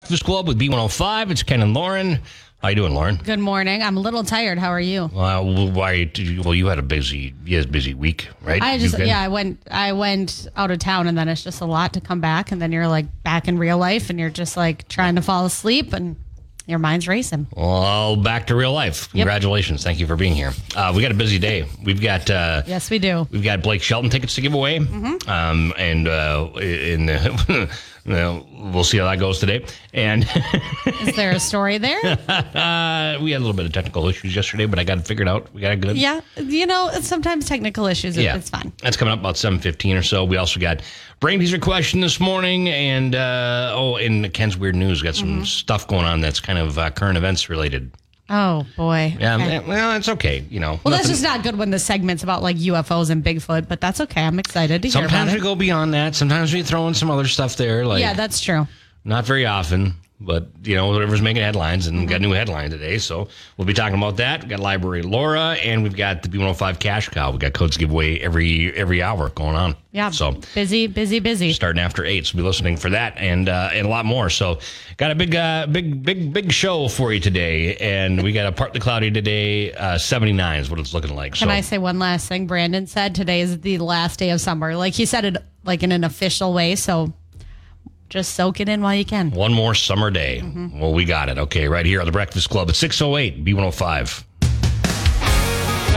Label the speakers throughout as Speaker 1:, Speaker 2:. Speaker 1: Breakfast Club with B105. It's Ken and Lauren. How you doing, Lauren?
Speaker 2: Good morning. I'm a little tired. How are you?
Speaker 1: Uh, well, why? Well, you had a busy, yes, busy week, right?
Speaker 2: I just
Speaker 1: You can-
Speaker 2: yeah, I went I went out of town and then it's just a lot to come back and then you're like back in real life and you're just like trying to fall asleep and your mind's racing.
Speaker 1: Well, back to real life. Congratulations. Thank you for being here. Uh, we got a busy day. We've got uh,
Speaker 2: Yes, we do.
Speaker 1: We've got Blake Shelton tickets to give away,
Speaker 2: Mm-hmm.
Speaker 1: um, and uh, in the, well, we'll see how that goes today. And
Speaker 2: Is there a story there?
Speaker 1: uh, we had a little bit of technical issues yesterday, but I got it figured out. We got it good.
Speaker 2: yeah. You know, sometimes technical issues it- it's fine.
Speaker 1: That's coming up about seven fifteen or so. We also got brain teaser question this morning, and uh, oh, and Ken's weird news. Got
Speaker 2: Mm-hmm.
Speaker 1: some stuff going on that's kind of uh, current events related.
Speaker 2: Oh boy.
Speaker 1: Yeah,
Speaker 2: Okay.
Speaker 1: eh, well, it's okay. You know,
Speaker 2: Well, that's
Speaker 1: nothing-
Speaker 2: just not good when the segment's about like UFOs and Bigfoot, but that's okay. I'm excited to hear about
Speaker 1: sometimes we
Speaker 2: it.
Speaker 1: go beyond that. Sometimes we throw in some other stuff there, like
Speaker 2: Yeah, that's true.
Speaker 1: not very often. But you know, whatever's making headlines, and
Speaker 2: Mm-hmm.
Speaker 1: we've got a new headline today, so we'll be talking about that. We've got Library Laura, and we've got the B105 Cash Cow. We got codes giveaway every every hour going on.
Speaker 2: Yeah.
Speaker 1: so
Speaker 2: busy, busy, busy.
Speaker 1: starting after eight. So be listening for that and uh, and a lot more. So got a big uh, big big big show for you today, and we got a partly cloudy today. Uh, Seventy nine is what it's looking like.
Speaker 2: Can
Speaker 1: so
Speaker 2: I say one last thing? Brandon said today is the last day of summer. Like he said it like in an official way, so just soak it in while you can.
Speaker 1: one more summer day.
Speaker 2: Mm-hmm.
Speaker 1: Well, we got it. Okay, right here on the Breakfast Club at six oh eight B one oh five.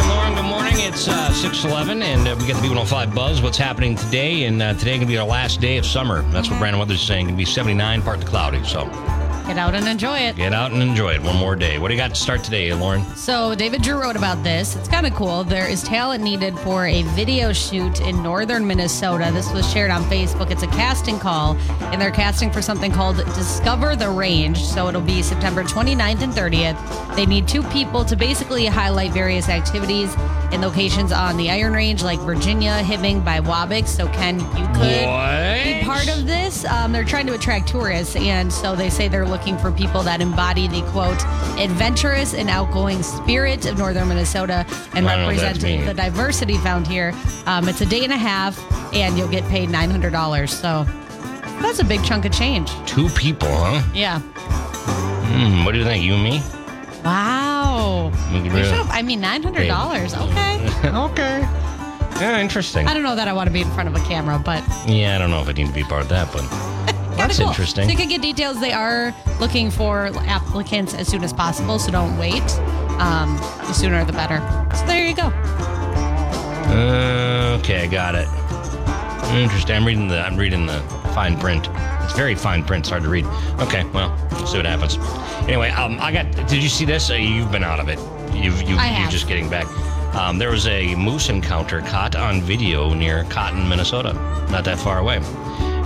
Speaker 1: Lauren, good morning. It's uh, 611, and uh, we got the B105 Buzz. What's happening today? And uh, today going to be our last day of summer. That's
Speaker 2: Mm-hmm.
Speaker 1: what Brandon Weather's saying. Going to be 79, partly cloudy. So
Speaker 2: Get out and enjoy it.
Speaker 1: get out and enjoy it. One more day. What do you got to start today, Lauren?
Speaker 2: So David Drew wrote about this. It's kind of cool. There is talent needed for a video shoot in northern Minnesota. This was shared on Facebook. It's a casting call, and they're casting for something called Discover the Range. So it'll be September 29th and 30th. They need two people to basically highlight various activities and locations on the Iron Range, like Virginia, Hibbing, by Wabix. So Ken, you could be part of this. Um, they're trying to attract tourists, and so they say they're looking for people that embody the quote adventurous and outgoing spirit of northern Minnesota and
Speaker 1: I don't know what that's
Speaker 2: represent
Speaker 1: mean.
Speaker 2: the diversity found here. Um, it's a day and a half, and you'll get paid nine hundred dollars. So that's a big chunk of change.
Speaker 1: Two people, huh?
Speaker 2: Yeah.
Speaker 1: Hmm, what do you think? You and me?
Speaker 2: Wow.
Speaker 1: Look at
Speaker 2: You
Speaker 1: that.
Speaker 2: should've- I mean, nine hundred dollars. Okay.
Speaker 1: okay. Yeah, interesting.
Speaker 2: I don't know that I want to be in front of a camera, but
Speaker 1: yeah, I don't know if I need to be part of that, but
Speaker 2: Kinda
Speaker 1: that's
Speaker 2: cool.
Speaker 1: interesting.
Speaker 2: So you can get details. They are looking for applicants as soon as possible, so don't wait. Um, the sooner the better. So there you go.
Speaker 1: Uh, okay, I got it. Interesting. I'm reading the. I'm reading the fine print. It's very fine print. It's hard to read. Okay, well, we'll see what happens. Anyway, um, I got. Did you see this? Uh, you've been out of it. You've, you
Speaker 2: I
Speaker 1: you're
Speaker 2: have.
Speaker 1: just getting back. Um, there was a moose encounter caught on video near Cotton, Minnesota, not that far away.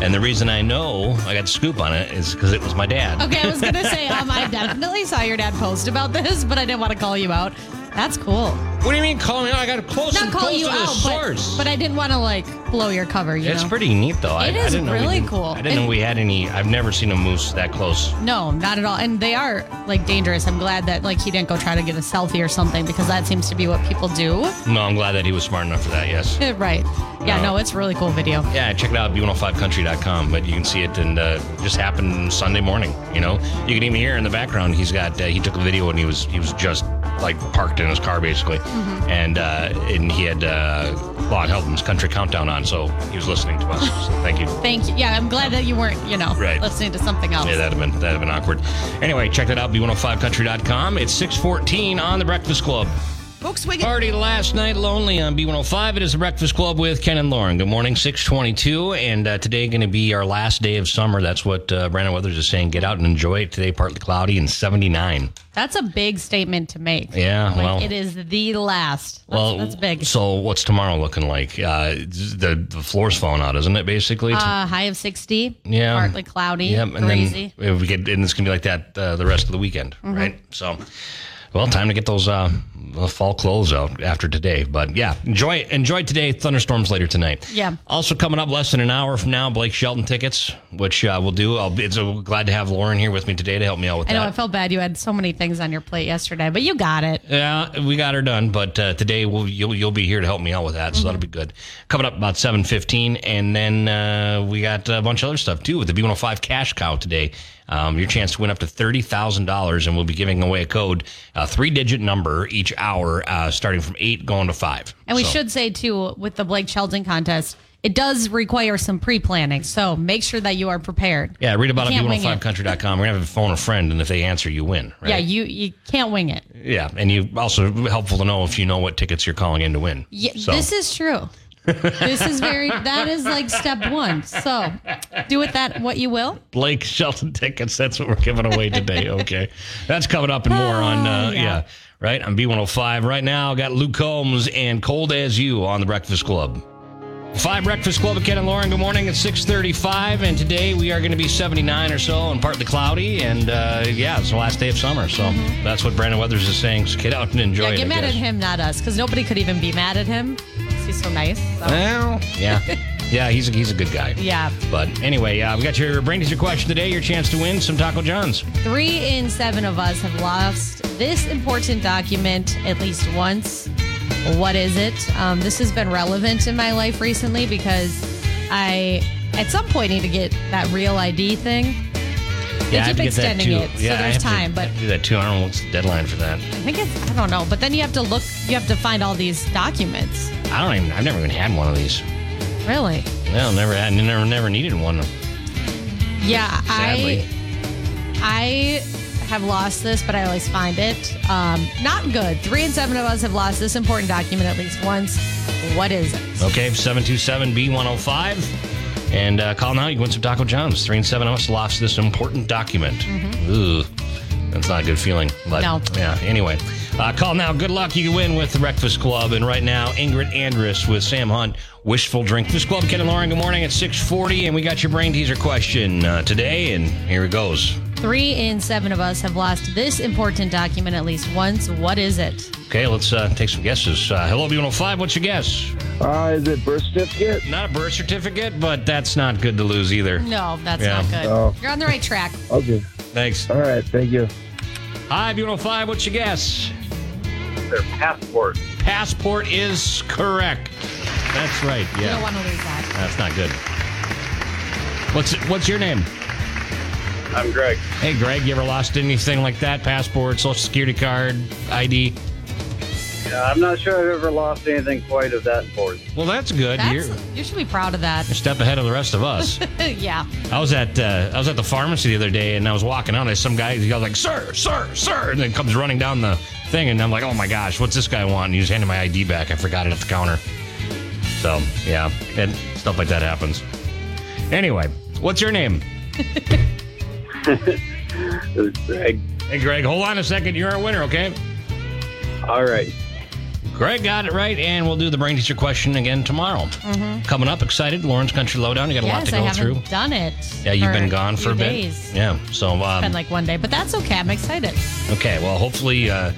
Speaker 1: And the reason I know I got the scoop on it is because it was my dad.
Speaker 2: Okay, I was gonna say um, I definitely saw your dad post about this, but I didn't want to call you out. That's cool.
Speaker 1: What do you mean calling out? I got close
Speaker 2: Not
Speaker 1: and
Speaker 2: call
Speaker 1: close
Speaker 2: you
Speaker 1: to the
Speaker 2: out,
Speaker 1: source.
Speaker 2: but, but I didn't want to like blow your cover. You
Speaker 1: It's
Speaker 2: know?
Speaker 1: pretty neat, though. I,
Speaker 2: It
Speaker 1: I
Speaker 2: is
Speaker 1: didn't know we
Speaker 2: really
Speaker 1: did-
Speaker 2: cool.
Speaker 1: I didn't know
Speaker 2: And-
Speaker 1: we had any. I've never seen a moose that close.
Speaker 2: no, not at all. And they are like dangerous. I'm glad that like he didn't go try to get a selfie or something because that seems to be what people do.
Speaker 1: No, I'm glad that he was smart enough for that. Yes.
Speaker 2: right? Yeah.
Speaker 1: No.
Speaker 2: No, it's a really cool video.
Speaker 1: Yeah, check it out, b105country.com. But you can see it, and uh, just happened Sunday morning. You know, you can even hear in the background. He's got uh, he took a video, and he was he was just like parked in his car basically,
Speaker 2: Mm-hmm.
Speaker 1: and uh, and he had uh, Lon Helton's Country Countdown on, so he was listening to us. So thank you.
Speaker 2: Thank you. Yeah, I'm glad that you weren't, you know,
Speaker 1: Right.
Speaker 2: listening to something else.
Speaker 1: Yeah, that'd have been that'd have been awkward. Anyway, check that out, b105country.com. It's 6:14 on the Breakfast Club.
Speaker 3: Volkswagen.
Speaker 1: Party last night lonely on B105. It is the Breakfast Club with Ken and Lauren. Good morning, 622. And uh, today going to be our last day of summer. That's what uh, Brandon Weathers is saying. Get out and enjoy it. Today, partly cloudy and 79.
Speaker 2: That's a big statement to make.
Speaker 1: Yeah,
Speaker 2: Like,
Speaker 1: well.
Speaker 2: it is the last. That's,
Speaker 1: well,
Speaker 2: that's big.
Speaker 1: So what's tomorrow looking like? Uh, the, the floor's falling out, isn't it, basically?
Speaker 2: Uh, high of 60.
Speaker 1: Yeah.
Speaker 2: Partly cloudy.
Speaker 1: yep. And
Speaker 2: breezy. Mm-hmm.
Speaker 1: then if we get, and it's going to be like that uh, the rest of the weekend, right? So, well, time to get those uh, the fall clothes out after today. But yeah, enjoy enjoy today. Thunderstorms later tonight.
Speaker 2: Yeah.
Speaker 1: Also coming up less than an hour from now, Blake Shelton tickets, which uh, we'll do. I'll be it's, uh, glad to have Lauren here with me today to help me out with
Speaker 2: I
Speaker 1: that.
Speaker 2: know I felt bad. You had so many things on your plate yesterday, but you got it.
Speaker 1: Yeah, we got her done, but uh, today we'll, you'll you'll be here to help me out with that,
Speaker 2: Mm-hmm.
Speaker 1: so that'll be good. Coming up about seven fifteen, and then uh, we got a bunch of other stuff too with the B one hundred five oh cash cow today. Um, your chance to win up to $30,000, and we'll be giving away a code, a three digit number each hour, uh, starting from eight going to five.
Speaker 2: And we
Speaker 1: So-
Speaker 2: should say too, with the Blake Shelton contest, it does require some pre-planning. So make sure that you are prepared.
Speaker 1: Yeah, read about it
Speaker 2: You
Speaker 1: at
Speaker 2: can't wing it.
Speaker 1: b105country.com. We're going to have a phone a friend, and if they answer, you win. Right?
Speaker 2: Yeah, you you can't wing it.
Speaker 1: Yeah, and you also helpful to know if you know what tickets you're calling in to win.
Speaker 2: Yeah,
Speaker 1: So-
Speaker 2: this is true. this is very that is like step one. So do with that what you will.
Speaker 1: Blake Shelton tickets. That's what we're giving away today. Okay, that's coming up and more on
Speaker 2: Oh,
Speaker 1: uh, yeah. right on B105 right now. Got Luke Combs and Cold as You on the Breakfast Club. Five Breakfast Club with Ken and Lauren. Good morning. It's 6:35, and today we are going to be 79 or so and partly cloudy. And uh, yeah, it's the last day of summer, so that's what Brandon Weathers is saying. So get out and enjoy.
Speaker 2: Yeah,
Speaker 1: it,
Speaker 2: get
Speaker 1: I
Speaker 2: mad at
Speaker 1: guess.
Speaker 2: him, not us, because nobody could even be mad at him. 'cause He's so nice. So,
Speaker 1: Well, yeah, yeah, he's a, he's a good guy.
Speaker 2: yeah.
Speaker 1: But anyway, uh, we got your brain teaser question today. Your chance to win some Taco John's.
Speaker 2: Three in seven of us have lost this important document at least once. What is it? Um, this has been relevant in my life recently because I, at some point, need to get that real ID thing. They
Speaker 1: I
Speaker 2: keep
Speaker 1: have to get that
Speaker 2: extending
Speaker 1: too.
Speaker 2: it, so
Speaker 1: Yeah, I
Speaker 2: there's
Speaker 1: have to-
Speaker 2: time,
Speaker 1: I
Speaker 2: but-
Speaker 1: have to do that too. I don't know what's the deadline for that.
Speaker 2: I think it's, I don't know. But then you have to look, you have to find all these documents.
Speaker 1: I don't even. I've never even had one of these.
Speaker 2: Really?
Speaker 1: No, never had. Never, never needed one.
Speaker 2: Yeah,
Speaker 1: Sadly.
Speaker 2: I I have lost this, but I always find it um, not good. Three and seven of us have lost this important document at least once. What is it?
Speaker 1: Okay, seven two seven B one zero five, and uh, call now. You can win some Taco John's. Three and seven of us lost this important document. Ooh, that's not a good feeling. But
Speaker 2: No.
Speaker 1: yeah. Anyway, uh, call now. Good luck. You can win with the Breakfast Club. And right now, Ingrid Andress with Sam Hunt. Wishful Drink. This club, Ken and Lauren. Good morning. It's six forty, and we got your brain teaser question uh, today. And here it goes.
Speaker 2: Three in seven of us have lost this important document at least once. What is it?
Speaker 1: Okay, let's uh, take some guesses. Uh, hello, B105. What's your guess?
Speaker 3: Uh, is it birth certificate?
Speaker 1: Not a birth certificate, but that's not good to lose either.
Speaker 2: No, that's
Speaker 1: Yeah.
Speaker 2: not good.
Speaker 3: Oh.
Speaker 2: You're on the right track.
Speaker 3: Okay.
Speaker 1: Thanks.
Speaker 3: All right. Thank you.
Speaker 1: Hi, B105. What's your guess?
Speaker 4: their passport.
Speaker 1: Passport is correct. That's right.
Speaker 2: You don't
Speaker 1: Yeah,
Speaker 2: want to lose that.
Speaker 1: that's not good. What's what's your name?
Speaker 4: I'm Greg.
Speaker 1: Hey, Greg. You ever lost anything like that? Passport, social security card, ID.
Speaker 4: Yeah, I'm not sure I've ever lost anything quite of that importance.
Speaker 1: Well, that's good.
Speaker 2: That's,
Speaker 1: You're you're
Speaker 2: you should be proud of that.
Speaker 1: a step ahead of the rest of us.
Speaker 2: yeah.
Speaker 1: I was at uh, I was at the pharmacy the other day, and I was walking out, and some guy he was like, "Sir, sir, sir," and then comes running down the thing, and I'm like, "Oh my gosh, what's this guy want?" And he just handed my ID back. I forgot it at the counter. So yeah, and stuff like that happens. Anyway, what's your name?
Speaker 4: It was Greg.
Speaker 1: Hey, Greg, hold on a second. You're our winner, okay?
Speaker 4: All right.
Speaker 1: Greg got it right, and we'll do the brain teaser question again tomorrow. Coming up, excited. Lauren's Country Lowdown. You got a lot
Speaker 2: Mm-hmm. Yes,
Speaker 1: to
Speaker 2: I
Speaker 1: go
Speaker 2: haven't
Speaker 1: through.
Speaker 2: done it.
Speaker 1: Yeah, you've
Speaker 2: for
Speaker 1: been gone
Speaker 2: few
Speaker 1: for a bit.
Speaker 2: Days.
Speaker 1: Yeah, so um,
Speaker 2: Been like one day, but that's okay. I'm excited.
Speaker 1: Okay, well, hopefully, uh,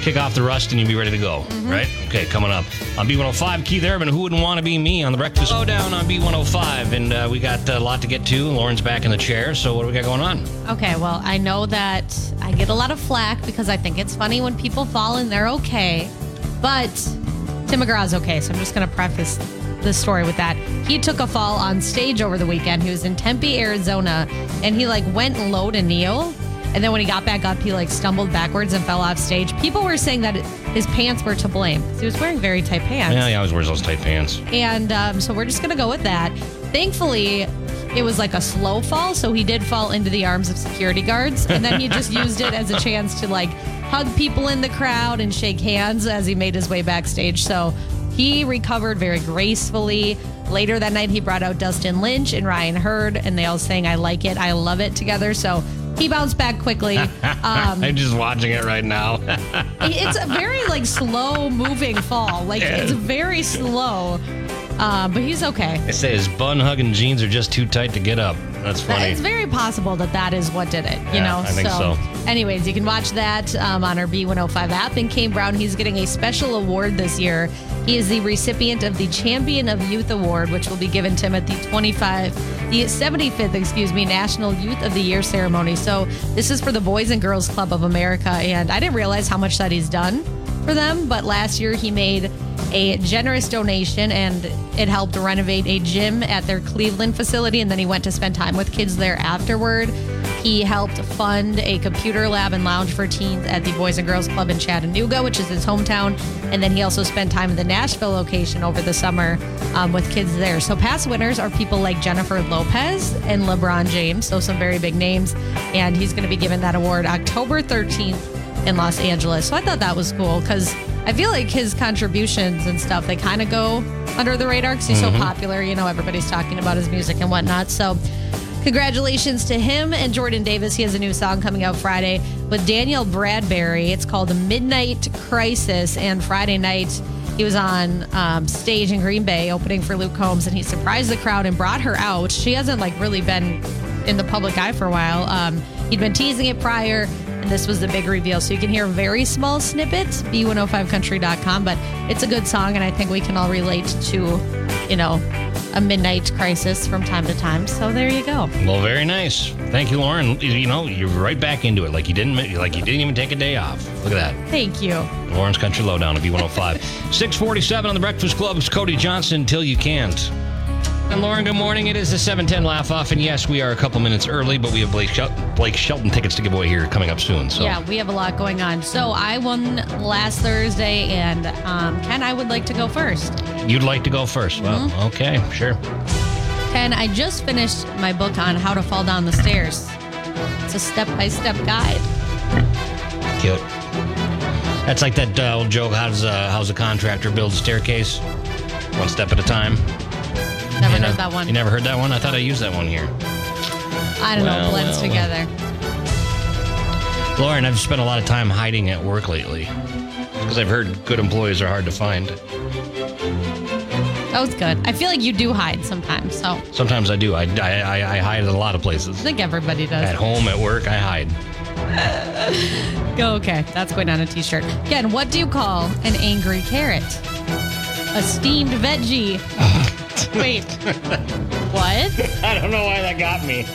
Speaker 1: kick off the rust and you'll be ready to go, right? Okay, coming up on B105, Keith Urban, who wouldn't want to be me on the Breakfast Lowdown on B105? And uh, we got uh, a lot to get to. Lauren's back in the chair, so what do we got going on?
Speaker 2: Okay, well, I know that I get a lot of flack because I think it's funny when people fall and they're okay, but Tim McGraw's okay. So I'm just going to preface the story with that. He took a fall on stage over the weekend. He was in Tempe, Arizona, and he like went low to kneel. And then when he got back up, he like stumbled backwards and fell off stage. People were saying that his pants were to blame. 'cause He was wearing very tight pants.
Speaker 1: Yeah, he always wears those tight pants.
Speaker 2: And um, so we're just going to go with that. Thankfully, it was like a slow fall. So he did fall into the arms of security guards. And then he just used it as a chance to like hug people in the crowd and shake hands as he made his way backstage. So he recovered very gracefully. Later that night, he brought out Dustin Lynch and Ryan Hurd, and they all sang, I like it, I love it together. So he bounced back quickly. Um,
Speaker 1: I'm just watching it right now.
Speaker 2: it's a very like slow moving fall. Like it's very slow. Uh, but he's okay.
Speaker 1: it says bun hugging jeans are just too tight to get up. That's
Speaker 2: That-
Speaker 1: funny.
Speaker 2: It's very possible that that is what did it. You
Speaker 1: Yeah,
Speaker 2: know,
Speaker 1: I think so.
Speaker 2: Anyways, you can watch that um, on our B105 app. And Kane Brown, he's getting a special award this year. He is the recipient of the Champion of Youth Award, which will be given to him at the 25, the 75th, excuse me, National Youth of the Year ceremony. So this is for the Boys and Girls Club of America, and I didn't realize how much that he's done for them. But last year he made a generous donation and it helped renovate a gym at their Cleveland facility. And then he went to spend time with kids there afterward. He helped fund a computer lab and lounge for teens at the Boys and Girls Club in Chattanooga, which is his hometown. And then he also spent time at the Nashville location over the summer um, with kids there. So past winners are people like Jennifer Lopez and LeBron James, so some very big names. And he's going to be given that award October 13th in Los Angeles. So I thought that was cool because I feel like his contributions and stuff, they kind of go under the radar because he's so popular. You know, everybody's talking about his music and whatnot. So congratulations to him and Jordan Davis. He has a new song coming out Friday with Daniel Bradbury. It's called Midnight Crisis. And Friday night, he was on um, stage in Green Bay opening for Luke Combs and he surprised the crowd and brought her out. She hasn't like really been in the public eye for a while. Um, he'd been teasing it prior and this was the big reveal. So you can hear very small snippets, b105country.com, but it's a good song, and I think we can all relate to, you know, a midnight crisis from time to time. So there you go.
Speaker 1: Well, very nice. Thank you, Lauren. You know, you're right back into it. Like you didn't, like you didn't even take a day off. Look at that.
Speaker 2: Thank you.
Speaker 1: Lawrence Country Lowdown of B105. 647 on the Breakfast Club. It's Cody Johnson till you can't. And Lauren, good morning. It is the 710 laugh off. And yes, we are a couple minutes early, but we have Blake, Shel- Blake Shelton tickets to give away here coming up soon. So
Speaker 2: Yeah, we have a lot going on. So I won last Thursday, and um, Ken, I would like to go first.
Speaker 1: you'd like to go 1st
Speaker 2: Mm-hmm.
Speaker 1: Well, okay, sure.
Speaker 2: Ken, I just finished my book on how to fall down the stairs. It's a step by step guide.
Speaker 1: Cute. That's like that uh, old joke how's, uh, how's a contractor build a staircase? One step at a time.
Speaker 2: Never
Speaker 1: You know-
Speaker 2: heard that one.
Speaker 1: You never heard that one? I thought I used that one here.
Speaker 2: I don't know,
Speaker 1: Well,
Speaker 2: it blends
Speaker 1: well, well.
Speaker 2: together.
Speaker 1: Lauren, I've spent a lot of time hiding at work lately because I've heard good employees are hard to find.
Speaker 2: That was good. I feel like you do hide sometimes, so I
Speaker 1: Sometimes I do. I, I, I, I hide at a lot of places.
Speaker 2: think everybody does.
Speaker 1: At home, at work, I hide.
Speaker 2: Go Oh, okay. That's going on a t-shirt. Again, what do you call an angry carrot? A steamed veggie. Wait. What?
Speaker 1: I don't know why that got me.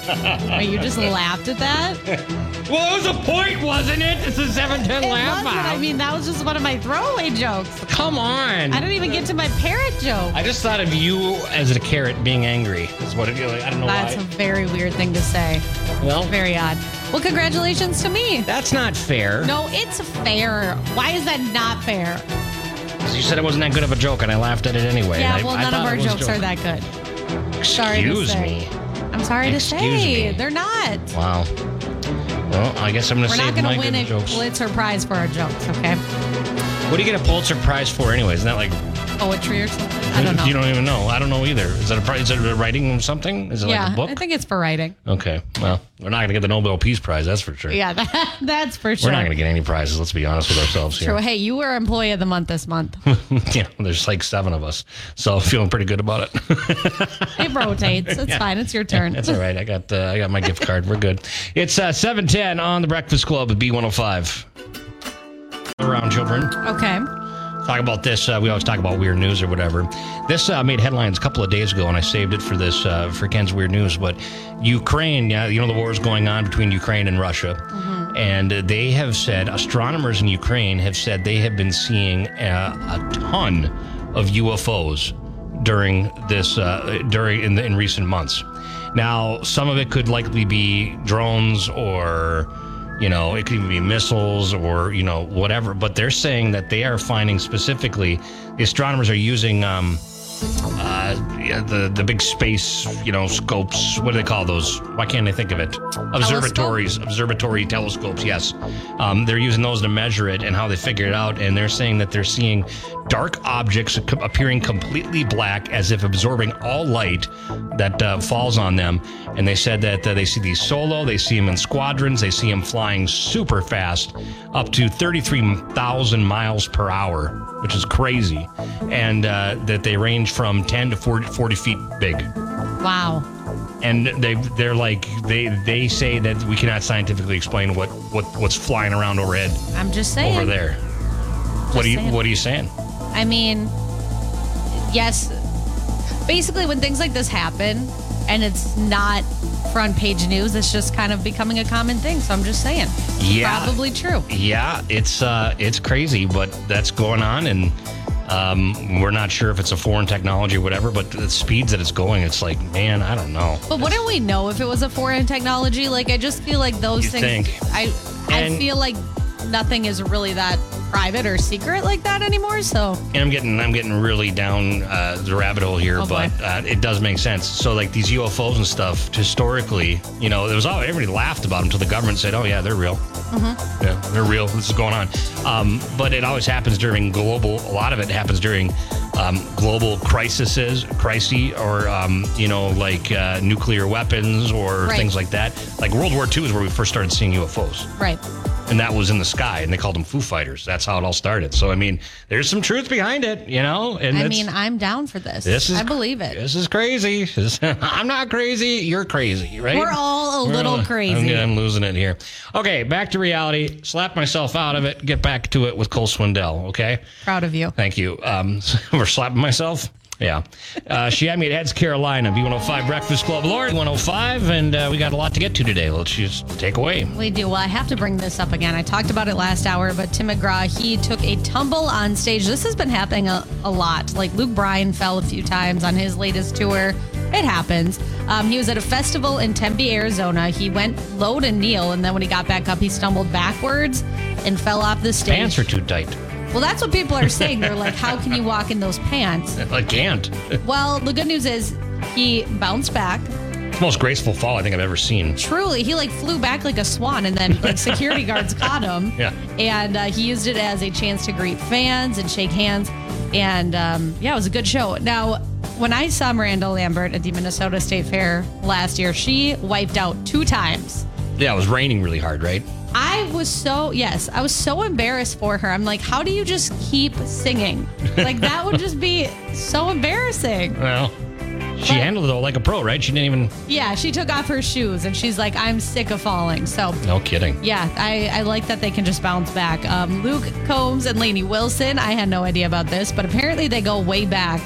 Speaker 2: Wait, you just laughed at that? It
Speaker 1: Well, it was a point, wasn't it? It's a 710 laugh
Speaker 2: wasn't. I
Speaker 1: out.
Speaker 2: mean, that was just one of my throwaway jokes.
Speaker 1: Come on.
Speaker 2: I didn't even get to my parrot joke.
Speaker 1: I just thought of you as a carrot being angry. Is what it, like, I don't know
Speaker 2: That's a
Speaker 1: why.
Speaker 2: very weird thing to say.
Speaker 1: well,
Speaker 2: Very odd. Well, congratulations to me.
Speaker 1: that's not fair.
Speaker 2: No, it's fair. Why is that not fair?
Speaker 1: 'Cause You said it wasn't that good of a joke, and I laughed at it anyway.
Speaker 2: Yeah,
Speaker 1: and I-
Speaker 2: well,
Speaker 1: I
Speaker 2: none of
Speaker 1: thought
Speaker 2: our
Speaker 1: it was a
Speaker 2: jokes
Speaker 1: joke.
Speaker 2: are that good. Sorry to
Speaker 1: Excuse
Speaker 2: say.
Speaker 1: me.
Speaker 2: I'm sorry
Speaker 1: Excuse
Speaker 2: to say.
Speaker 1: me.
Speaker 2: They're not.
Speaker 1: Wow. Well, I guess I'm going to
Speaker 2: We're
Speaker 1: save
Speaker 2: not going
Speaker 1: my
Speaker 2: to win
Speaker 1: good
Speaker 2: a
Speaker 1: jokes.
Speaker 2: Pulitzer Prize for our jokes, okay?
Speaker 1: What do you get a Pulitzer Prize for anyway? Isn't that like
Speaker 2: Poetry or something? I don't know.
Speaker 1: You don't even know. I don't know either. Is that a pri- is it a writing of something? Is it
Speaker 2: yeah,
Speaker 1: like a book?
Speaker 2: I think it's for writing.
Speaker 1: okay. Well, we're not going to get the Nobel Peace Prize. That's for sure.
Speaker 2: Yeah, that, that's for
Speaker 1: We're
Speaker 2: sure.
Speaker 1: not going to get any prizes. Let's be honest with ourselves
Speaker 2: True.
Speaker 1: here.
Speaker 2: Hey, you were Employee of the Month this month.
Speaker 1: yeah, there's like seven of us, so I'm feeling pretty good about it.
Speaker 2: it rotates. It's fine. It's your turn.
Speaker 1: That's all right. I got uh, I got my gift card. We're good. It's uh, seven ten on the Breakfast Club with B105. Around children.
Speaker 2: okay.
Speaker 1: talk about this. Uh, we always talk about weird news or whatever. This uh, made headlines a couple of days ago, and I saved it for this uh, for Ken's weird news. But Ukraine, yeah, you know, the war is going on between Ukraine and Russia, and uh, they have said astronomers in Ukraine have said they have been seeing uh, a ton of UFOs during this uh, during in, the, in recent months. Now, some of it could likely be drones or you know, it could even be missiles or, you know, whatever. But they're saying that they are finding specifically, the astronomers are using um, uh, yeah, the, the big space, you know, scopes. What do they call those? Why can't I think of it? Observatories, observatory telescopes, yes. Um, they're using those to measure it and how they figure it out. And they're saying that they're seeing dark objects co- appearing completely black as if absorbing all light that uh, falls on them. And they said that uh, they see these solo, they see them in squadrons, they see them flying super fast, up to 33,000 miles per hour, which is crazy. And uh, that they range from 10 to 40, 40 feet big
Speaker 2: Wow.
Speaker 1: and they they're like they they say that we cannot scientifically explain what what what's flying around overhead
Speaker 2: I'm just saying.
Speaker 1: over there. What do you
Speaker 2: saying.
Speaker 1: what are you saying?
Speaker 2: I mean, yes. Basically, when things like this happen and it's not front page news, it's just kind of becoming a common thing. So I'm just saying.
Speaker 1: Yeah.
Speaker 2: Probably true.
Speaker 1: Yeah, it's uh it's crazy, but that's going on and Um, we're not sure if it's a foreign technology or whatever, but the speeds that it's going, it's like, man, I don't know.
Speaker 2: But wouldn't we know if it was a foreign technology? Like, I just feel like those
Speaker 1: You'd
Speaker 2: things.
Speaker 1: think.
Speaker 2: I I
Speaker 1: And-
Speaker 2: feel like nothing is really that private or secret like that anymore. So
Speaker 1: and I'm getting I'm getting really down uh, the rabbit hole here,
Speaker 2: Oh, boy.
Speaker 1: but uh, it does make sense. So like these UFOs and stuff, historically, you know, there was all everybody laughed about them until the government said, "Oh yeah, they're real.
Speaker 2: Mm-hmm.
Speaker 1: Yeah, they're real. This is going on." Um, but it always happens during global. A lot of it happens during um, global crises, crises, or um, you know, like uh, nuclear weapons or
Speaker 2: Right.
Speaker 1: things like that. Like World War II is where we first started seeing UFOs
Speaker 2: right,
Speaker 1: and that was in the sky, and they called them Foo Fighters. That's how it all started. So I mean, there's some truth behind it, you know. And
Speaker 2: I
Speaker 1: it's-
Speaker 2: mean, I'm down for this.
Speaker 1: this is
Speaker 2: I believe it.
Speaker 1: This is crazy. This- I'm not crazy. You're crazy, right?
Speaker 2: We're all a little
Speaker 1: I'm-
Speaker 2: crazy.
Speaker 1: I'm, losing it here. Okay, back to reality. Slap myself out of it. Get back to it with Cole Swindell. Okay.
Speaker 2: Proud of you.
Speaker 1: Thank you. Um, for slapping myself. Yeah. Uh, she had me at Ed's Carolina, B105 Breakfast Club, Lord 105, and uh, we got a lot to get to today. Let's just take away.
Speaker 2: We do. Well, I have to bring this up again. I talked about it last hour, but Tim McGraw, he took a tumble on stage. This has been happening a, a lot. Like Luke Bryan fell a few times on his latest tour. It happens. Um, he was at a festival in Tempe, Arizona. He went low to kneel, and then when he got back up, he stumbled backwards and fell off the stage.
Speaker 1: Pants are too tight.
Speaker 2: Well, that's what people are saying. They're like, how can you walk in those pants?
Speaker 1: I can't.
Speaker 2: Well, the good news is he bounced back.
Speaker 1: most graceful fall I think I've ever seen.
Speaker 2: Truly, he like flew back like a swan, and then like security guards caught him.
Speaker 1: Yeah.
Speaker 2: and uh, he used it as a chance to greet fans and shake hands. And um, yeah, it was a good show. Now, when I saw Miranda Lambert at the Minnesota State Fair last year, she wiped out two times.
Speaker 1: Yeah, it was raining really hard, right?
Speaker 2: I was so yes, I was so embarrassed for her. I'm like, how do you just keep singing? Like that would just be so embarrassing.
Speaker 1: Well, she
Speaker 2: But-
Speaker 1: handled it all like a pro, right? She didn't even.
Speaker 2: Yeah, she took off her shoes and she's like, I'm sick of falling. So
Speaker 1: No kidding.
Speaker 2: Yeah, I, I like that they can just bounce back. Um, Luke Combs and Lainey Wilson, I had no idea about this, but apparently they go way back.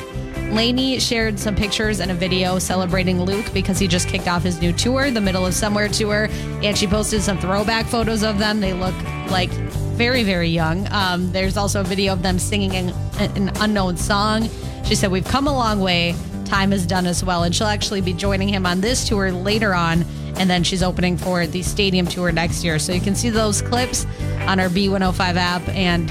Speaker 2: Lainey shared some pictures and a video celebrating Luke because he just kicked off his new tour, the Middle of Somewhere tour, and she posted some throwback photos of them. They look like very, very young. Um, there's also a video of them singing an, an unknown song. She said, We've come a long way. Time has done us well. And she'll actually be joining him on this tour later on and then she's opening for the stadium tour next year. So you can see those clips on our B105 app, and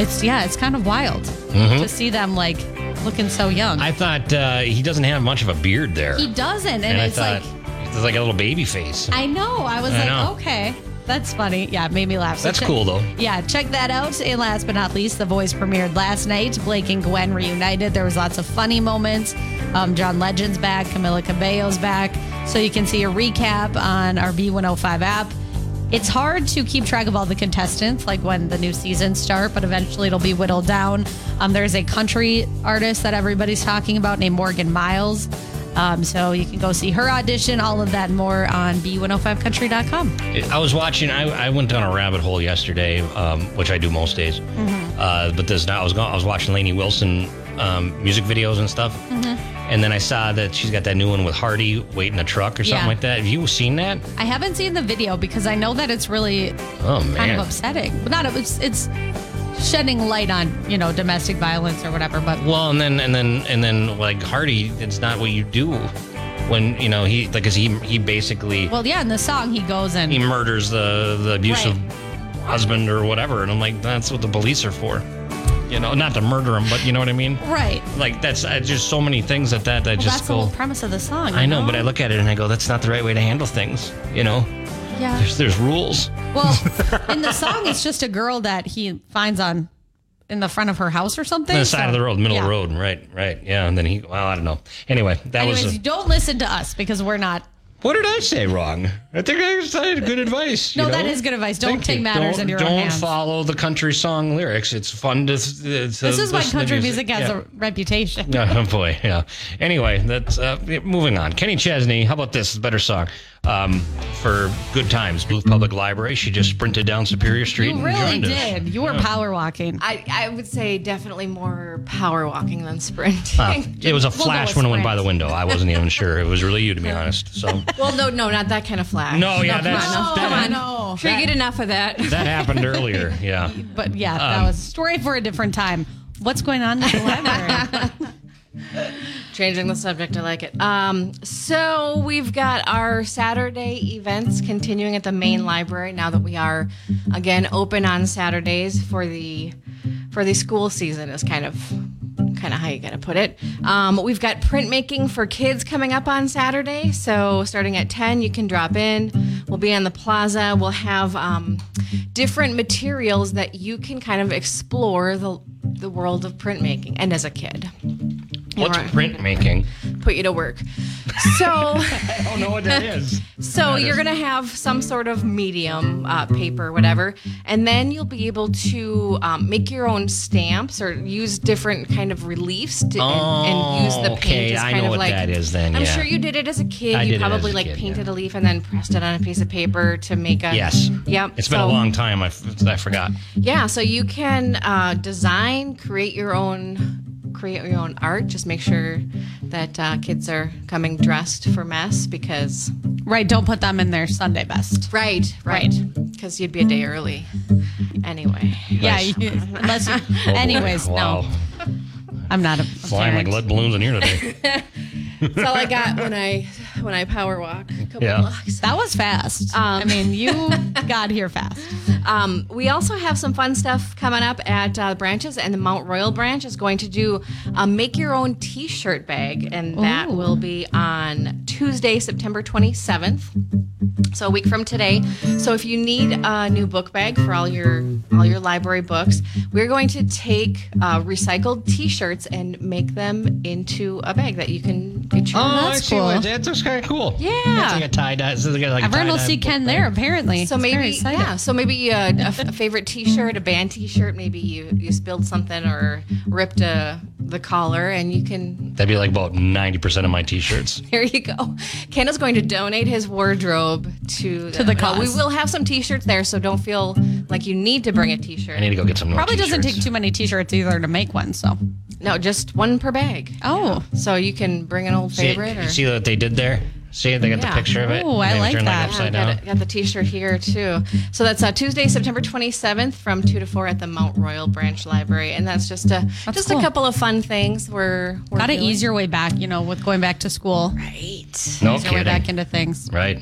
Speaker 2: it's yeah, it's kind of wild to see them like looking so young.
Speaker 1: Mm-hmm. I thought uh, he doesn't have much of a beard there,
Speaker 2: he doesn't, and,
Speaker 1: and I
Speaker 2: it's
Speaker 1: thought
Speaker 2: like
Speaker 1: it's like a little baby face.
Speaker 2: I know. I was
Speaker 1: I
Speaker 2: like,
Speaker 1: know.
Speaker 2: okay, that's funny. Yeah, it made me laugh. So
Speaker 1: That's
Speaker 2: check-
Speaker 1: cool, though.
Speaker 2: Yeah, check that out. And last but not least, The Voice premiered last night. Blake and Gwen reunited. There was lots of funny moments. Um, John Legend's back. Camila Cabello's back. So you can see a recap on our B105 app. It's hard to keep track of all the contestants, like when the new seasons start, but eventually it'll be whittled down. Um, there's a country artist that everybody's talking about named Morgan Miles. Um, so you can go see her audition, all of that and more on b105country.com.
Speaker 1: I was watching. I, I went down a rabbit hole yesterday, um, which I do most days.
Speaker 2: Mm-hmm.
Speaker 1: Uh, but this now I was going, I was watching Lainey Wilson um, music videos and stuff,
Speaker 2: Mm-hmm.
Speaker 1: and then I saw that she's got that new one with Hardy waiting a truck or something
Speaker 2: Yeah.
Speaker 1: like that. Have you seen that?
Speaker 2: I haven't seen the video because I know that it's really
Speaker 1: Oh man,
Speaker 2: kind of upsetting. But not it's it's shedding light on you know domestic violence or whatever. But
Speaker 1: Well, and then and then and then like Hardy, it's not what you do when you know he like 'cause he he basically
Speaker 2: well, yeah, in the song he goes
Speaker 1: he
Speaker 2: in.
Speaker 1: murders the the abusive husband or whatever, and I'm like that's what the police are for, you know, not to murder him, but you know what I mean.
Speaker 2: Right.
Speaker 1: Like that's uh, just so many things that that that
Speaker 2: Well,
Speaker 1: just
Speaker 2: that's the whole
Speaker 1: go.
Speaker 2: premise of the song. you
Speaker 1: I know, but I look at it and I go, that's not the right way to handle things. You know,
Speaker 2: Yeah.
Speaker 1: there's there's rules.
Speaker 2: Well, in the song, it's just a girl that he finds on in the front of her house or something.
Speaker 1: On the side of the road, middle of
Speaker 2: yeah.
Speaker 1: the road, right, right, yeah. And then he, well, I don't know. Anyway, that
Speaker 2: Anyways,
Speaker 1: was. A,
Speaker 2: don't listen to us because we're not.
Speaker 1: What did I say wrong? I think I said good advice. you
Speaker 2: No, that
Speaker 1: know?
Speaker 2: is good advice. Don't
Speaker 1: Thank
Speaker 2: take
Speaker 1: you.
Speaker 2: matters
Speaker 1: Don't-
Speaker 2: into your own
Speaker 1: Don't
Speaker 2: hands.
Speaker 1: follow the country song lyrics. It's fun to. This
Speaker 2: This is why country music has a reputation.
Speaker 1: yeah. Oh boy, yeah. Anyway, that's uh, yeah, moving on. Kenny Chesney, how about this better song um, for "Good Times"? Blue Public Library. She just sprinted down Superior Street
Speaker 2: You
Speaker 1: and
Speaker 2: really
Speaker 1: joined us.
Speaker 2: did. You were power walking.
Speaker 5: I, I would say definitely more power walking than sprinting.
Speaker 1: Ah, It was a
Speaker 5: We'll go
Speaker 1: flash
Speaker 5: with
Speaker 1: when it went by
Speaker 5: sprint.
Speaker 1: the window. I wasn't even sure. It was really you, to be honest. So
Speaker 5: Well, no, no, not that kind of flash.
Speaker 1: No, yeah,
Speaker 5: come
Speaker 1: that's-
Speaker 5: on, no,
Speaker 1: that-
Speaker 5: come on.
Speaker 2: no.
Speaker 5: Sure, you get enough of that.
Speaker 1: that happened earlier. Yeah.
Speaker 2: But yeah, that was a story for a different time. What's going on in the library?
Speaker 5: Changing the subject, I like it. Um, so we've got our Saturday events continuing at the main library now that we are again open on Saturdays for the for the school season is kind of kind of how you gotta put it. Um, we've got printmaking for kids coming up on Saturday, so starting at ten, you can drop in. We'll be on the plaza. We'll have um, different materials that you can kind of explore the the world of printmaking and as a kid
Speaker 1: What's
Speaker 5: Right.
Speaker 1: printmaking?
Speaker 5: put you to work. So,
Speaker 1: I don't know what that is.
Speaker 5: so you're gonna have some sort of medium, uh, paper, whatever, and then you'll be able to um, make your own stamps or use different kind of reliefs to, and, and use the
Speaker 1: Oh,
Speaker 5: paint.
Speaker 1: okay,
Speaker 5: as
Speaker 1: I
Speaker 5: kind
Speaker 1: know
Speaker 5: of
Speaker 1: what
Speaker 5: like,
Speaker 1: that is then,
Speaker 5: I'm
Speaker 1: yeah.
Speaker 5: sure you did it as a kid.
Speaker 1: I
Speaker 5: you
Speaker 1: did it as
Speaker 5: probably
Speaker 1: a
Speaker 5: like
Speaker 1: kid,
Speaker 5: painted
Speaker 1: yeah.
Speaker 5: a leaf and then pressed it on a piece of paper to make a
Speaker 1: Yes.
Speaker 5: Yep.
Speaker 1: It's been a
Speaker 5: so-
Speaker 1: long time. I, f- I forgot.
Speaker 5: yeah, so you can uh, design, create your own, create your own art. Just make sure that uh, kids are coming dressed for mess because
Speaker 2: right, don't put them in their Sunday best.
Speaker 5: right, right, because you'd be a day early anyway.
Speaker 2: Yeah,
Speaker 1: Nice.
Speaker 2: you, unless you,
Speaker 1: Oh, boy.
Speaker 2: anyways,
Speaker 1: wow.
Speaker 2: no, I'm not a
Speaker 1: Flying like lead
Speaker 2: parent.
Speaker 1: balloons in here today.
Speaker 5: That's all I got when I when I power walk a couple
Speaker 1: Yeah.
Speaker 5: blocks.
Speaker 2: That was fast. I mean, you got here fast.
Speaker 5: Um, we also have some fun stuff coming up at uh, branches, and the Mount Royal branch is going to do a make your own t shirt bag, and that
Speaker 2: Ooh.
Speaker 5: will be on Tuesday, September 27th. So a week from today. So if you need a new book bag for all your all your library books, we're going to take uh, recycled T-shirts and make them into a bag that you can get your.
Speaker 2: that's cool.
Speaker 1: That's, kind of cool.
Speaker 5: Yeah.
Speaker 1: It's like a tie dye. It's like a
Speaker 2: Everyone will
Speaker 1: tie-dye
Speaker 2: see
Speaker 1: book
Speaker 2: Ken
Speaker 1: bag.
Speaker 2: there apparently.
Speaker 5: So
Speaker 2: He's very
Speaker 5: maybe,
Speaker 2: excited.
Speaker 5: yeah. So maybe uh, a, f- a favorite T-shirt, a band T-shirt. Maybe you you spilled something or ripped a, the collar, and you can.
Speaker 1: That'd be like about 90% of my t shirts.
Speaker 5: There you go. Ken is going to donate his wardrobe to
Speaker 2: To the
Speaker 5: Uh, we
Speaker 2: cause.
Speaker 5: will have some T-shirts there, so don't feel like you need to bring a T-shirt.
Speaker 1: I need to go get some more
Speaker 2: Probably doesn't
Speaker 1: t-shirts.
Speaker 2: take too many T-shirts either to make one. So,
Speaker 5: no, just one per bag.
Speaker 2: oh,
Speaker 5: So you can bring an old
Speaker 1: See,
Speaker 5: favorite. or,
Speaker 1: see what they did there? See, they got
Speaker 5: Yeah.
Speaker 1: the picture of it.
Speaker 2: Ooh, I
Speaker 1: They
Speaker 2: like
Speaker 1: turned,
Speaker 2: that.
Speaker 1: upside
Speaker 5: got,
Speaker 1: down.
Speaker 5: it- got the T-shirt here too. So that's uh, Tuesday, September 27th, from two to four at the Mount Royal Branch Library, and that's just a just
Speaker 2: cool.
Speaker 5: a couple of fun things we're, we're
Speaker 2: gotta
Speaker 5: doing.
Speaker 2: ease your way back. You know, with going back to school,
Speaker 5: Right.
Speaker 1: No
Speaker 2: ease your way
Speaker 1: kidding.
Speaker 2: back into things.
Speaker 1: Right.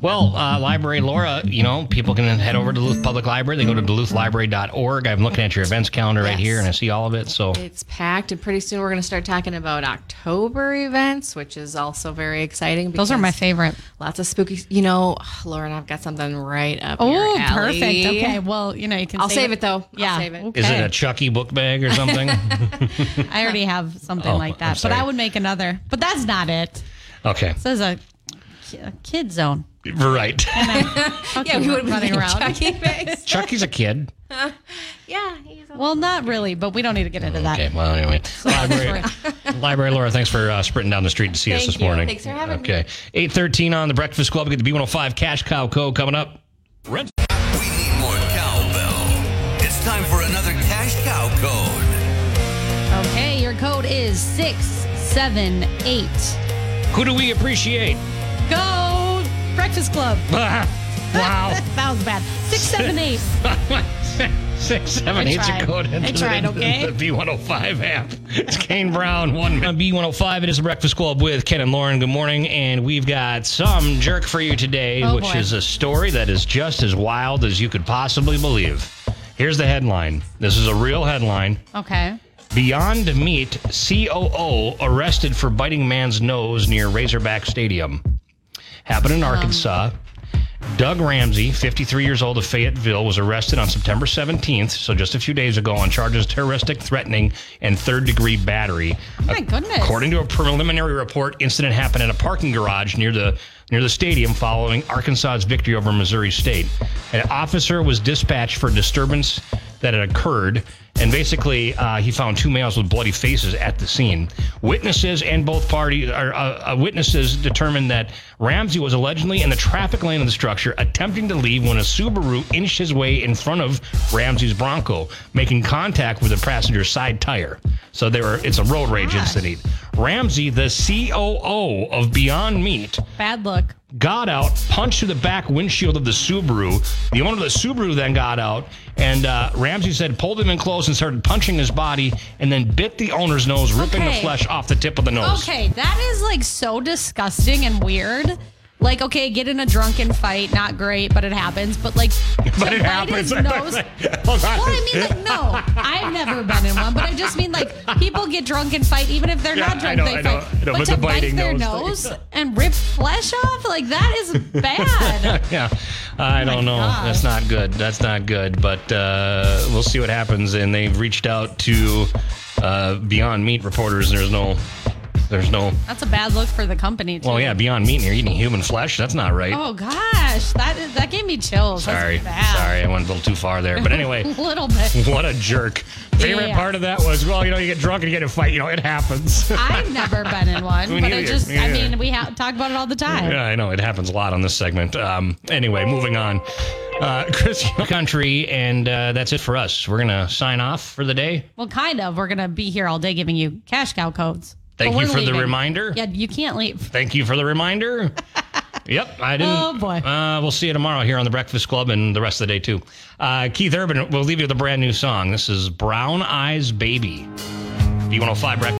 Speaker 1: Well, uh, Library Laura, you know, people can head over to Duluth Public Library. They go to duluthlibrary.org. I'm looking at your events calendar right
Speaker 5: Yes.
Speaker 1: here and I see all of it. So,
Speaker 5: It's packed, and pretty soon we're going to start talking about October events, which is also very exciting.
Speaker 2: Those are my
Speaker 5: because
Speaker 2: favorite.
Speaker 5: Lots of spooky. You know, Lauren, I've got something right up.
Speaker 2: Oh,
Speaker 5: your alley.
Speaker 2: perfect. Okay. Well, you know, you can.
Speaker 5: I'll save it, though. I'll
Speaker 2: yeah.
Speaker 5: save it.
Speaker 2: Okay.
Speaker 1: is it a Chucky book bag or something?
Speaker 2: I already have something
Speaker 1: Oh,
Speaker 2: like
Speaker 1: I'm
Speaker 2: that, but
Speaker 1: sorry.
Speaker 2: I would make another. But that's not it.
Speaker 1: okay.
Speaker 2: This is a, ki- a kid zone.
Speaker 1: Right.
Speaker 5: Yeah, we would be
Speaker 2: running around.
Speaker 5: Chucky bags.
Speaker 1: Chucky's a kid.
Speaker 5: yeah, he's a-
Speaker 2: Well, not really, but we don't need to get into that.
Speaker 1: Okay. Well, anyway. Library, Library Laura, thanks for uh, sprinting down the street to see us
Speaker 5: Thank
Speaker 1: this
Speaker 5: you.
Speaker 1: morning.
Speaker 5: Thanks for having me.
Speaker 1: okay. 813 on The Breakfast Club. We get the B105 Cash Cow Co. coming up.
Speaker 6: Rent. We need more cowbell. It's time for another cash cow code.
Speaker 2: Okay, your code is six seven eight.
Speaker 1: Who do we appreciate?
Speaker 2: Go Breakfast Club.
Speaker 1: wow.
Speaker 2: that was bad. Six seven eight.
Speaker 1: Six, seven,
Speaker 2: I
Speaker 1: eight's a
Speaker 2: tried.
Speaker 1: code
Speaker 2: I
Speaker 1: into
Speaker 2: tried,
Speaker 1: the,
Speaker 2: okay?
Speaker 1: the B105 app. It's Kane Brown, one minute. On B105, it is the Breakfast Club with Ken and Lauren. Good morning. And we've got some jerk for you today,
Speaker 2: Oh,
Speaker 1: which
Speaker 2: boy.
Speaker 1: is a story that is just as wild as you could possibly believe. Here's the headline. This is a real headline.
Speaker 2: Okay.
Speaker 1: Beyond Meat COO arrested for biting man's nose near Razorback Stadium. Happened
Speaker 2: Um,
Speaker 1: in Arkansas. Doug Ramsey, 53 years old of Fayetteville, was arrested on September 17th, so just a few days ago, on charges of terroristic threatening and third degree battery.
Speaker 2: Oh My goodness.
Speaker 1: According to a preliminary report, incident happened in a parking garage near the near the stadium following Arkansas's victory over Missouri State. An officer was dispatched for disturbance that had occurred, and basically uh, he found two males with bloody faces at the scene. Witnesses and both parties, or, uh, uh, witnesses determined that Ramsey was allegedly in the traffic lane of the structure, attempting to leave when a Subaru inched his way in front of Ramsey's Bronco, making contact with the passenger's side tire. So they were, it's a road rage incident. Ramsey, the COO of Beyond Meat,
Speaker 2: Bad look.
Speaker 1: got out, punched through the back windshield of the Subaru. The owner of the Subaru then got out, and uh, Ramsey said, pulled him in close person started punching his body and then bit the owner's nose, ripping the
Speaker 2: Okay.
Speaker 1: flesh off the tip of the nose.
Speaker 2: Okay, that is like so disgusting and weird. Like, okay, get in a drunken fight, not great, but it happens. But like,
Speaker 1: But
Speaker 2: to
Speaker 1: it
Speaker 2: bite
Speaker 1: happens.
Speaker 2: his nose-
Speaker 1: Hold on.
Speaker 2: Well, I mean, like, no, I've never been in one, but I just mean like people get drunk and fight, even if they're
Speaker 1: Yeah,
Speaker 2: not
Speaker 1: I
Speaker 2: drunk,
Speaker 1: know,
Speaker 2: they
Speaker 1: I
Speaker 2: fight.
Speaker 1: know, I know,
Speaker 2: but,
Speaker 1: but
Speaker 2: to
Speaker 1: the
Speaker 2: bite
Speaker 1: biting
Speaker 2: their
Speaker 1: nose
Speaker 2: nose, and rip flesh off, like that is bad.
Speaker 1: yeah, I don't know.
Speaker 2: gosh.
Speaker 1: That's not good. That's not good. But uh, we'll see what happens. And they've reached out to uh, Beyond Meat reporters. There's no, there's no.
Speaker 2: That's a bad look for the company. Too.
Speaker 1: Well, yeah, Beyond Meat. And you're eating human flesh. That's not right.
Speaker 2: Oh gosh, that is, that gave me chills.
Speaker 1: sorry,
Speaker 2: That's bad.
Speaker 1: sorry, I went a little too far there. But anyway.
Speaker 2: A little bit.
Speaker 1: What a jerk. Favorite
Speaker 2: Yeah.
Speaker 1: part of that was, well, you know, you get drunk and you get in a fight, you know, it happens.
Speaker 2: I've never been in one,
Speaker 1: Me
Speaker 2: but I
Speaker 1: neither.
Speaker 2: just,
Speaker 1: Me
Speaker 2: I
Speaker 1: neither.
Speaker 2: mean, we ha- talk about it all the time.
Speaker 1: Yeah, I know. It happens a lot on this segment. Um, anyway, moving on. Uh, Chris Hill Country, and uh, that's it for us. We're going to sign off for the day.
Speaker 2: Well, kind of. We're going to be here all day giving you cash cow codes.
Speaker 1: Thank
Speaker 2: But
Speaker 1: you
Speaker 2: we're
Speaker 1: for the
Speaker 2: leaving.
Speaker 1: reminder.
Speaker 2: Yeah, you can't leave.
Speaker 1: Thank you for the reminder. yep, I didn't.
Speaker 2: Oh, boy.
Speaker 1: Uh, we'll see you tomorrow here on The Breakfast Club and the rest of the day, too. Uh, Keith Urban, we'll leave you with a brand new song. This is Brown Eyes Baby, B105 Breakfast.